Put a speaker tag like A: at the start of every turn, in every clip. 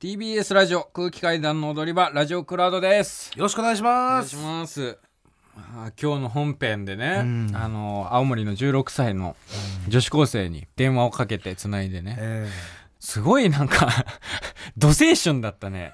A: TBS ラジオ空気階段の踊り場ラジオクラウドです
B: よろしくお願いし
A: お願
B: ま
A: いし
B: す。
A: ますあー今日の本編でね、
B: うん
A: あの青森の16歳の女子高生に電話をかけてつないでね
B: え
A: すごいなんか 土青春だったね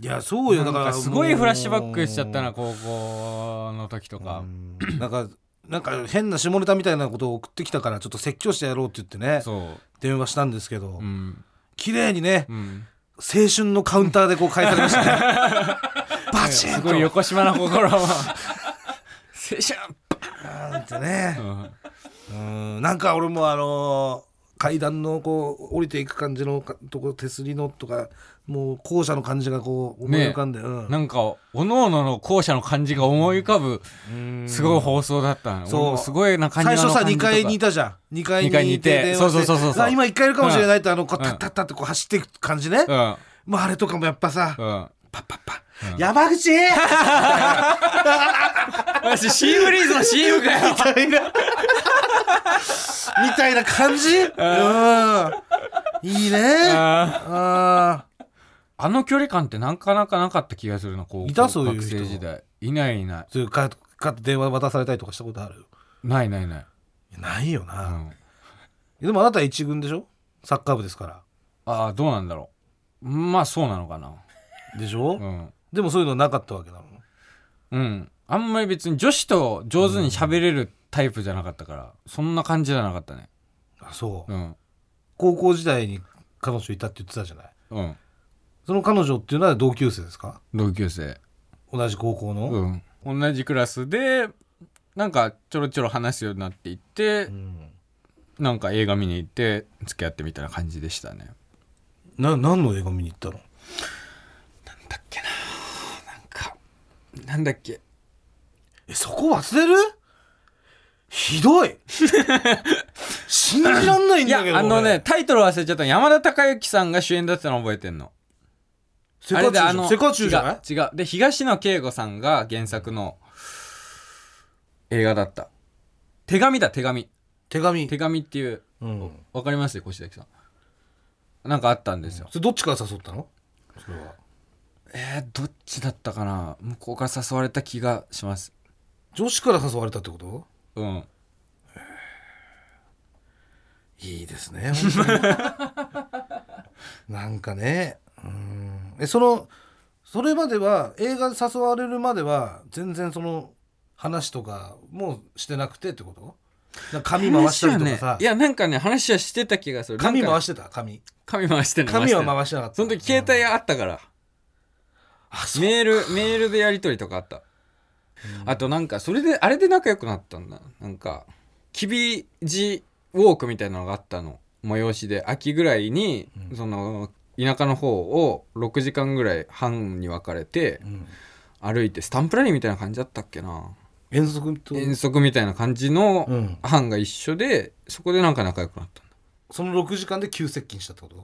B: えいやそう
A: な
B: よだ
A: ん
B: から
A: かすごいフラッシュバックしちゃったな
B: も
A: 高校の時と
B: う
A: か
B: う、んなんかなんか変な下ネタみたいなことを送ってきたからちょっと説教してやろうって言ってね
A: そ
B: 電話したんですけど
A: ううん
B: 綺麗にね
A: うん
B: 青春のカウンターでこう返されましたね バチ
A: す
B: ンと
A: ごい横島な心 は青
B: バーンってね
A: 春、うん
B: うんなんか俺もあのー階段のこう降りていく感じのかとこ手すりのとかもう校舎の感じがこう思い浮かんで、うん
A: なんかおのおのの校舎の感じが思い浮かぶ
B: うん
A: すごい放送だったの、
B: そう
A: 俺もすごいな感じ
B: 最初さ2階にい
A: た
B: たじゃん2階に
A: 二階にいて
B: 電話して
A: そうそうそうそう
B: あ今1階いるかもしれないってあのこう
A: うん
B: タッタッタッてこう走っていく感じね
A: うん
B: まああれとかもやっぱさ
A: うん
B: パッパッパ
A: うん
B: 山口み
A: 私シーブリーズの CM かよ
B: たいなみたいな感じうんいいね
A: あ
B: あー
A: ーあの距離感ってなかなかなかった気がするな高校
B: いたそういう
A: 学
B: 人
A: 生時代いないいない
B: そういうかか電話渡されたりとかしたことある
A: ないないない、
B: ないよ
A: う
B: な、
A: ん、
B: でもあなたは一軍でしょサッカー部ですか
A: ああどうなんだろうまあそうなのかな
B: らでしょ、
A: うん、
B: でもそういうのなかったわけなの
A: うん、あんまり別に女子と上手に喋れるタイプじゃなかったからそんな感じじゃなかったね
B: あそう、
A: うん
B: 高校時代に彼女いたって言ってたじゃない
A: うん
B: その彼女っていうのは同級生ですか
A: 同級生
B: 同じ高校の、
A: うん、同じクラスでなんかちょろちょろ話すようになっていって、
B: うん
A: なんか映画見に行って付き合ってみたいな感じでしたね
B: な何の映画見に行ったの
A: なんだっけななんかなんだっけ
B: えそこ忘れるひ どい信じらんないん
A: い
B: だ
A: や
B: けど
A: あのねタイトル忘れちゃった山田孝之さんが主演だったの覚えてんの
B: 俺
A: あ
B: セカチュウじゃ
A: れであの
B: んセカチュウじゃない
A: 違う違うで東野圭吾さんが原作の映画だった手紙だ手紙
B: 手紙
A: 手紙っていう
B: うん
A: わかります越崎さんなんかあったんですよ
B: それどっちから誘ったのそれは
A: えー、どっちだったかな向こうから誘われた気がします
B: 女子から誘われたってこと
A: うん
B: いいですね本当に なんかねうんえそのそれまでは映画で誘われるまでは全然その話とかもしてなくてってことなんか髪回したりとか
A: 話は
B: さ、
A: ね、いやなんかね話はしてた気がする
B: 髪回
A: し
B: してた髪
A: 髪回してない
B: 髪は
A: してない
B: 回してなかった
A: その時携帯あったから、
B: あそう
A: メールメールでやり取りとかあった、あとなんかそれであれで仲良くなったんだなんかきびじウォークみたいなのがあったの催しで秋ぐらいに、
B: うん
A: その田舎の方を6時間ぐらい半に分かれて
B: うん
A: 歩いてスタンプラリーみたいな感じだったっけな
B: 遠足と、
A: 遠足みたいな感じの
B: うん、
A: 班が一緒でそこでなんか仲良くなったんだ
B: その6時間で急接近したってこと
A: い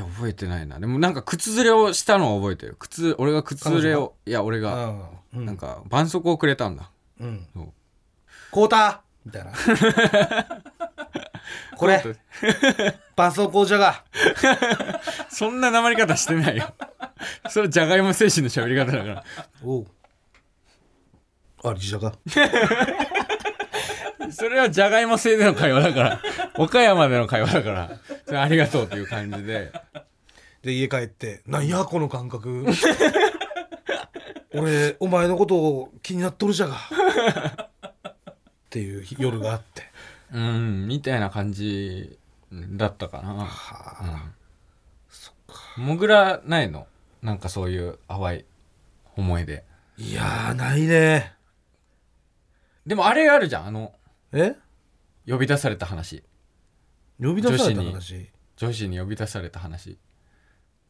A: や覚えてないなでもなんか靴ずれをしたのは覚えてる靴俺が靴ずれをいや俺が
B: う
A: なんか絆創膏をくれたんだ
B: うん
A: そう
B: 交代みたいな これ絆創膏じゃが
A: そんななまり方してないよ それじゃがいも精神の喋り方だから
B: おうありじ ゃが
A: それはじゃがいも製での会話だから岡山での会話だからそれありがとうっていう感じで
B: で家帰って「なんやこの感覚俺お前のことを気になっとるじゃが」っていう夜があって
A: うんみたいな感じだったかな
B: は
A: う
B: あ
A: んモグラないのなんかそういう淡い思い出
B: いやーないね
A: でもあれあるじゃんあの
B: え
A: 呼び出された話
B: 呼び出された
A: 女
B: 話
A: 女子に呼び出された話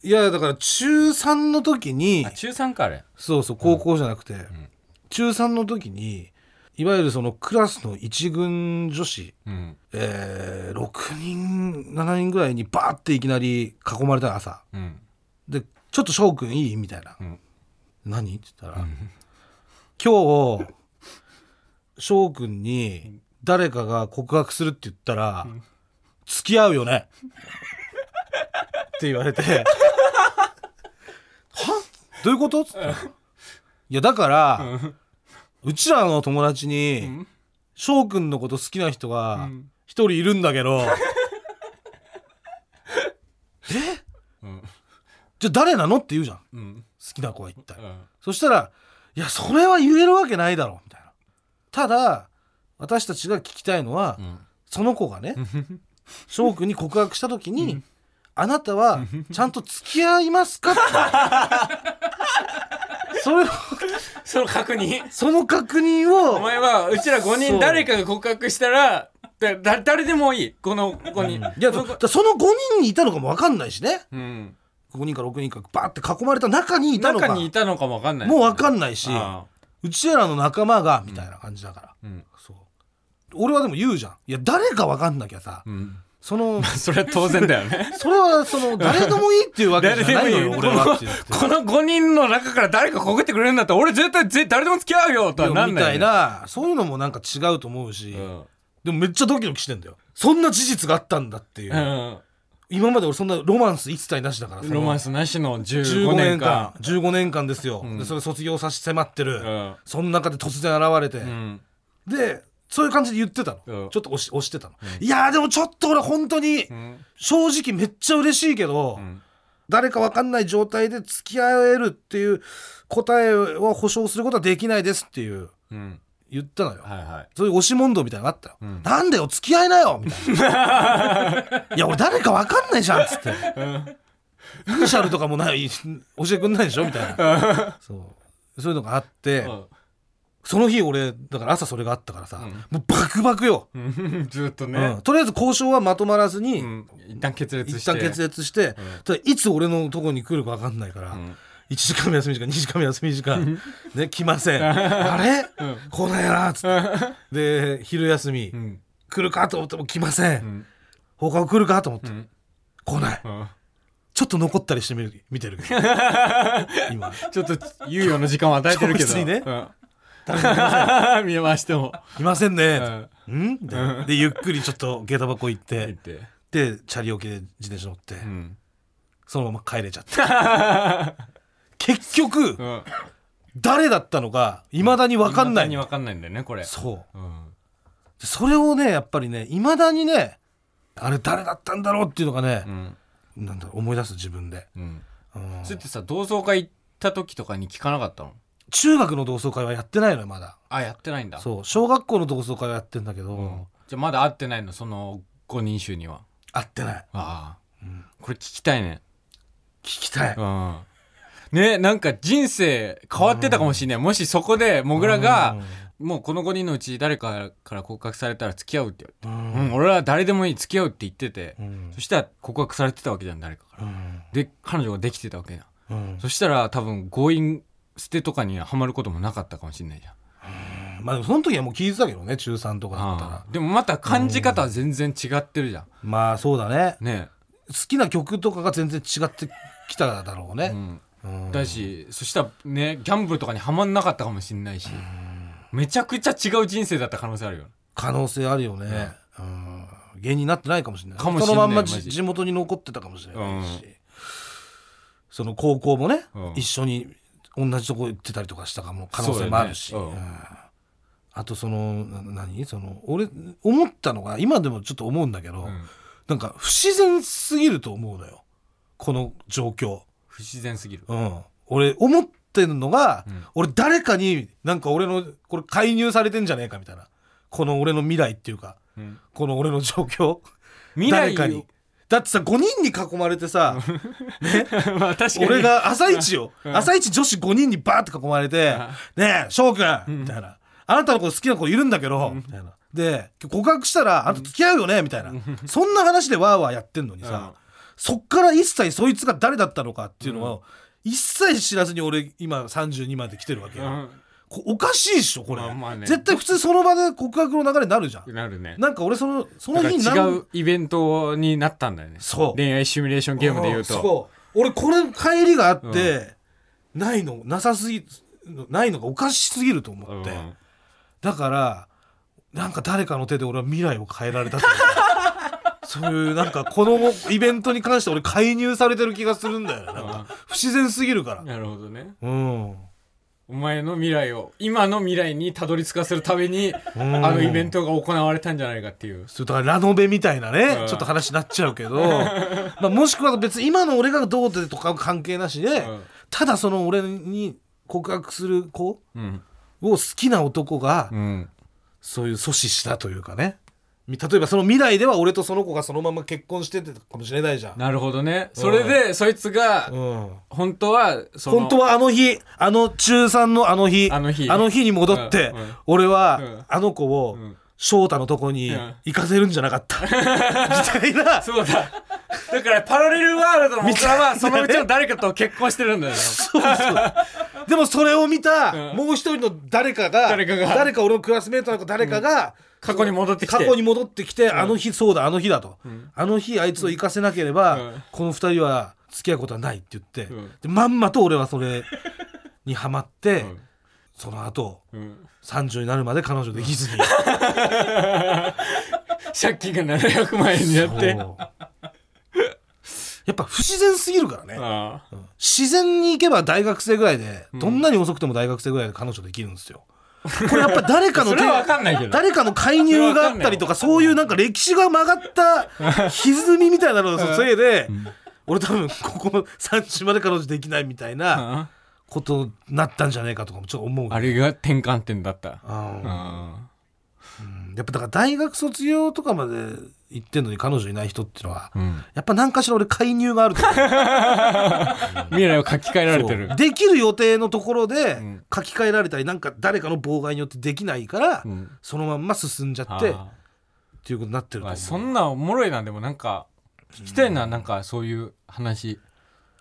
B: いやだから中3の時に
A: あ中3かあれ
B: そうそう高校じゃなくて、
A: ん
B: 中3の時にいわゆるそのクラスの一軍女子
A: うん
B: えー、6人7人ぐらいにバーっていきなり囲まれたの朝
A: うん
B: で「ちょっと翔くんいい?」みたいな
A: うん
B: 「何?」って言ったら「今日翔くんに誰かが告白するって 言ったら付き合うよね」って言われてどういうこと?」っつって「いやだから、うちらの友達に、
A: ん
B: 翔くんのこと好きな人が
A: うん
B: 一人いるんだけど、 え
A: うん
B: じゃあ誰なのって言うじゃん好
A: うん
B: きな子は一体、
A: うん
B: そしたら「いやそれは言えるわけないだろ」みたいなただ私たちが聞きたいのは、
A: うん
B: その子がね翔くんに告白した時に「あなたはちゃんと付き合いま すか?」ってそれを
A: その確認
B: その確認を
A: お前はうちら5
B: そ
A: 人
B: う
A: 誰かが告白したらだだ誰でもいいこの5人
B: いやそだその5人にいたのかも分かんないしね
A: うん
B: 5人か6人かバーって囲まれた中にいたのか
A: 中にいたのかも分かんない
B: もう分か
A: ない
B: んないし
A: あ
B: うちらの仲間がみたいな感じだから、
A: あうん
B: そう俺はでも言うじゃんいや誰か分かんなきゃさ、
A: うん
B: その
A: それは当然だよね
B: それはその誰でもいいっていうわけじゃないのよ
A: 誰でもいい
B: 俺はって言って
A: この5人の中から誰か告ってくれるんだったら俺絶対ぜ誰でも付き合うよとはなん
B: み
A: な
B: た
A: い
B: い
A: よね
B: なそういうのもなんか違うと思うし、
A: うん
B: でもめっちゃドキドキしてんだよそんな事実があったんだっていう、
A: うん
B: 今まで俺そんなロマンス一切なしだからその
A: ロマンスなしの
B: 15
A: 15
B: 年
A: 年
B: 間
A: 間
B: 15年間ですよ、
A: うん
B: でそれ卒業さし迫ってる、
A: うん
B: その中で突然現れて、
A: うん
B: でそういう感じで言ってたの、
A: うん
B: ちょっと押し押してたの、いやーでもちょっと俺本当に
A: うん
B: 正直めっちゃ嬉しいけど、
A: うん
B: 誰か分かんない状態で付き合えるっていう答えは保証することはできないですっていう
A: うん
B: 言ったのよ、
A: はいはい
B: そういう押し問答みたいなのがあったよ、
A: うん
B: なんだよ付き合いなよみた いないや俺誰か分かんないじゃんっつって
A: うん
B: イニシャルとかもない教えてくんないでしょみたいなそうそういうのがあって、その日俺だから朝それがあったからさ、
A: うん
B: もうバクバクよ、
A: うんずっと
B: う
A: ね
B: んとりあえず交渉はまとまらずに、
A: うん一旦決裂
B: 一
A: して
B: 旦決裂して、ただいつ俺のとこに来るか分かんないから、
A: うん
B: 1時間も休み時間2時間も休み時 間ね来ませんあれ、来ないなっつってで昼休み、
A: うん
B: 来るかと思っても来ません、
A: うん
B: 他来るかと思って、
A: ん
B: 来ない
A: うん
B: ちょっと残ったりしてみる見て るけど今
A: ちょっと猶予の時間を与えてるけど
B: ちょっときついね
A: うん、見回しても
B: いませんね、
A: うん
B: うんみたいなでゆっくりちょっと下駄箱行っ
A: 行ってて、
B: でチャリ置きで自転車乗って、
A: うん
B: そのまま帰れちゃって 結局
A: うん、
B: 誰だったのかいまだに分かんない
A: 未だに分かんないんだよねこれ
B: そう
A: うん
B: でそれをねやっぱりねいまだにねあれ誰だったんだろうっていうのがね
A: う、ん
B: なんだろう思い出す自分で、
A: うん
B: うん
A: それってさ同窓会行った時とかに聞かなかったの
B: 中学の同窓会はやってないのよまだ
A: あやってないんだ
B: そう小学校の同窓会はやってんだけど、
A: んじゃあまだ会ってないのその5人衆には
B: 会ってない
A: ああ、
B: うん
A: これ聞きたいね
B: 聞きたい、
A: うんねなんか人生変わってたかもしれない、もしそこでもぐらが、もうこの5人のうち誰かから告白されたら付き合うって
B: う
A: うんん、俺は誰でもいい付き合うって言ってて、
B: うん
A: そしたら告白されてたわけじゃん誰かから、で彼女ができてたわけじゃん、
B: うん
A: そしたら多分強引捨てとかにはまることもなかったかもしれないじゃん
B: まあでもその時はもう聞いてたけどね中3とかだったら
A: あーでもまた感じ方は全然違ってるじゃん、
B: まあそうだね
A: ね
B: 好きな曲とかが全然違ってきただろう
A: う
B: ね、
A: ん、
B: うん
A: だしそしたらねギャンブルとかにはまんなかったかもしれないし、めちゃくちゃ違う人生だった可能性あるよ
B: 可能性あるよね、うん、芸人になってないかもしれない
A: かもしれない
B: そのまんま
A: マ
B: じ
A: ジ
B: 地元に残ってたかもしれないし、
A: う
B: その高校もね、
A: うん
B: 一緒に同じとこ行ってたりとかしたかも可能性もあるし、
A: そうだよねうん
B: うんあとそのな何その俺思ったのが今でもちょっと思うんだけど、
A: ん
B: なんか不自然すぎると思うのよこの状況。
A: 不自然すぎる
B: うん、俺思ってんのが、
A: うん
B: 俺誰かになんか俺のこれ介入されてんじゃねえかみたいなこの俺の未来っていうか
A: うん
B: この俺の状況
A: 未来
B: 誰かにだってさ5人に囲まれてさ
A: を まあ確かに
B: 俺が朝一よ
A: ん
B: 朝一女子5人にバーって囲まれて「ねえ翔くん」みたいな「あなたのこと好きな子いるんだけど」みたいなで告白したら「あなた付き合うよね」みたいなそんな話でわーわーやってんのにさ、
A: うん
B: そっから一切そいつが誰だったのかっていうのを、一切知らずに俺今32まで来てるわけよ、こおかしいでしょこれ、
A: まあまあね
B: 絶対普通その場で告白の流れになるじゃん、
A: うんなるね
B: なんか俺そのその
A: なんか
B: 日に
A: 違うイベントになったんだよね
B: そう
A: 恋愛シミュレーションゲームで言うと
B: んそう俺これ帰りがあって、ないのなさすぎないのがおかしすぎると思って、
A: うん
B: だからなんか誰かの手で俺は未来を変えられたと思うそそういうなんかこのイベントに関して俺介入されてる気がするんだよねなんか不自然すぎるから
A: なるほどね
B: うん、うん
A: お前の未来を今の未来にたどり着かせるためにあのイベントが行われたんじゃないかっていう
B: それとラノベみたいなね、
A: うん
B: ちょっと話になっちゃうけど まあもしくは別に今の俺がどうでとかは関係なしで、
A: うん
B: ただその俺に告白する子
A: うん
B: を好きな男が
A: うん
B: そういう阻止したというかねみ例えばその未来では俺とその子がそのまま結婚しててたかもしれないじゃん、
A: なるほどねそれでそいつが
B: うん、
A: 本当はその
B: 本当はあの日あの中3のあの日
A: あの日
B: に戻って、
A: うんうん
B: 俺は、
A: うん
B: あの子を、
A: うん
B: 翔太のとこに
A: うん
B: 行かせるんじゃなか った、みたいな
A: そうだだからパラレルワールドの僕らは
B: み
A: そ
B: たいなね
A: のうちの誰かと結婚してるんだよね
B: そうそう でもそれを見た、
A: うん
B: もう一人の誰かが
A: 誰かが
B: 俺のクラスメートなのか誰かが、
A: 過去に戻ってきて
B: 過去に戻ってきて、あの日そうだあの日だと、
A: ん
B: あの日あいつを生かせなければ、
A: うん
B: この二人は付き合うことはないって言って、
A: うん
B: でまんまと俺は それにハマって、
A: うん
B: その後
A: うん
B: 30になるまで彼女できずに
A: 借金が700万円になって
B: そうやっぱ不自然すぎるからね、
A: ああ
B: 自然に行けば大学生ぐらいで、どんなに遅くても大学生ぐらいで彼女できるんですよ。これやっぱ誰かの
A: そ
B: 手
A: れは分かんないけど
B: 誰かの介入があったりとかそういうなんか歴史が曲 がった歪みみたいなののせいで、俺多分ここの30まで彼女できないみたい
A: あ
B: なことになったんじゃないかとかもちょっと思う。
A: ああれが転換点だった
B: うん
A: あ
B: やっぱだから大学卒業とかまで行ってんのに彼女いない人っていうの
A: あ
B: は、
A: うん
B: やっぱ何かしら俺介入があると思う
A: 未来を書き換えられてる
B: そうできる予定のところで
A: ん
B: 書き換えられたりなんか誰かの妨害によってできないから、
A: うん
B: そのまんま進んじゃってっ
A: あ
B: ていうことになってる
A: あまあ
B: と思う
A: そんなおもろいなでもなんか聞きたいななんかそういう話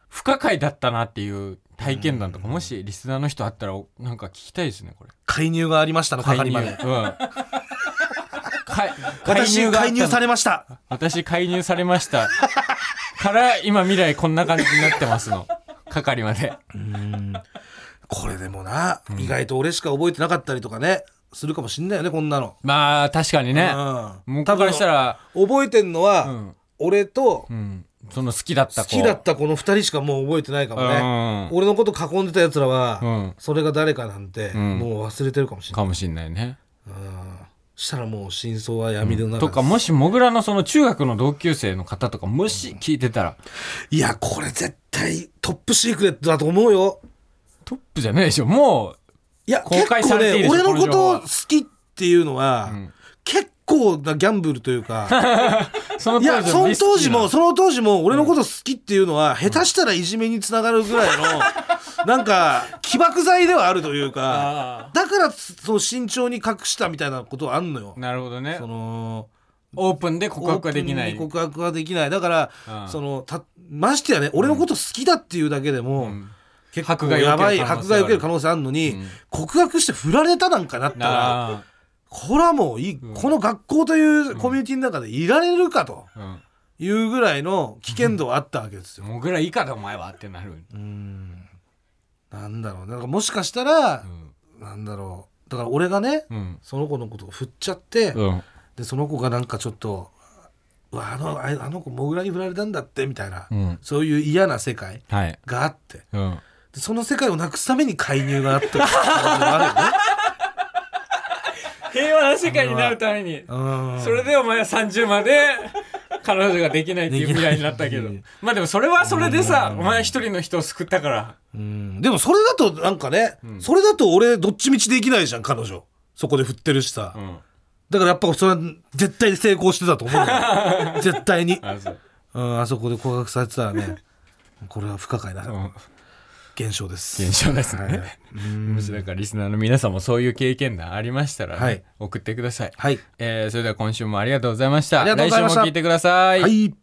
A: 不可解だったなっていう体験談とかもしリスナーの人あったらおなんか聞きたいですねこれ
B: 介入がありましたの係ま
A: うん
B: で
A: かい介
B: 私
A: 入 があった
B: 介入さ
A: れ
B: れました
A: 私介入されましたから今未来こんな感じになってます の係まで
B: これでもな、意外と俺しか覚えてなかったりとかねするかもしんないよねこんなの、
A: まあ確かにね
B: うん
A: 向こうからしたら
B: 覚えてんのは、
A: うん
B: 俺と
A: うんその好きだった
B: 好
A: 子
B: きだったこの2人しかもう覚えてないかもね、
A: う
B: 俺のこと囲んでたやつらは、
A: んうん
B: それが誰かなんて、
A: ん
B: もう忘れてるかもしれない
A: かもしんないね
B: うんしたらもう真相は闇の中です
A: とかもしもぐらのその中学の同級生の方とかもし聞いてたら
B: いやこれ絶対トップシークレットだと思うよ
A: トップじゃないでしょも
B: いや
A: 公開されていいで
B: 結
A: しょ
B: 構ね俺のこ
A: この情報
B: と
A: は
B: 好きっていうのは、
A: ん
B: 結構なギャンブルというか
A: うその
B: い や
A: 当時のリ
B: その
A: スキーな
B: 当時もその当時も俺のこと好きっていうのは、下手したらいじめにつながるぐらいの、 なんか起爆剤ではあるというかだからそう慎重に隠したみたいなことはあんのよ。
A: なるほどね
B: その
A: オープンで告白ができな
B: オー
A: い
B: プンに告白はできないだから、
A: うん
B: そのたましてやね俺のこと好きだっていうだけでも、
A: ん
B: 結
A: 迫
B: 構
A: 害を受ける可能
B: やばい
A: 性
B: 迫害を受ける可能性あるのに、告白して振られたなんかなったら
A: あ
B: これはもういい、この学校というコミュニティの中でいられるかと
A: あうん
B: いうぐらいの危険度はあったわけですよ。
A: もぐらいいかだお前はってなる、
B: うんなんだろうなんかもしかしたら
A: う、ん
B: なんだろうだから俺がね、
A: うん
B: その子のことを振っちゃって。
A: うん、
B: でその子がなんかちょっと「うわあのああの子モグラに振られたんだって」みたいな、
A: うん
B: そういう嫌な世界
A: はい、
B: があって
A: うん、
B: でその世界をなくすために介入があったっていう感じもあ
A: 平和な世界になるために
B: る よね。
A: それでお前は30まで彼女ができないっていう未来になったけどまあでもそれはそれでさお前一人の人を救ったから
B: うんうんでもそれだとなんかね、それだと俺どっちみちできないじゃん彼女そこで振ってるしさ、
A: うん
B: だからやっぱそれは絶対成功してたと 思うよ絶対に
A: あそう
B: うんあそこで告白されてたらねこれは不可解な
A: うん
B: 現象です
A: 現象です
B: はい
A: ねもしだからリスナーの皆さんもそういう経験談ありましたらね、
B: はい
A: 送ってください、
B: はい、
A: えーそれでは今週もありがとうございました
B: ありがとうございました
A: 来週も聞いてくださ
B: はい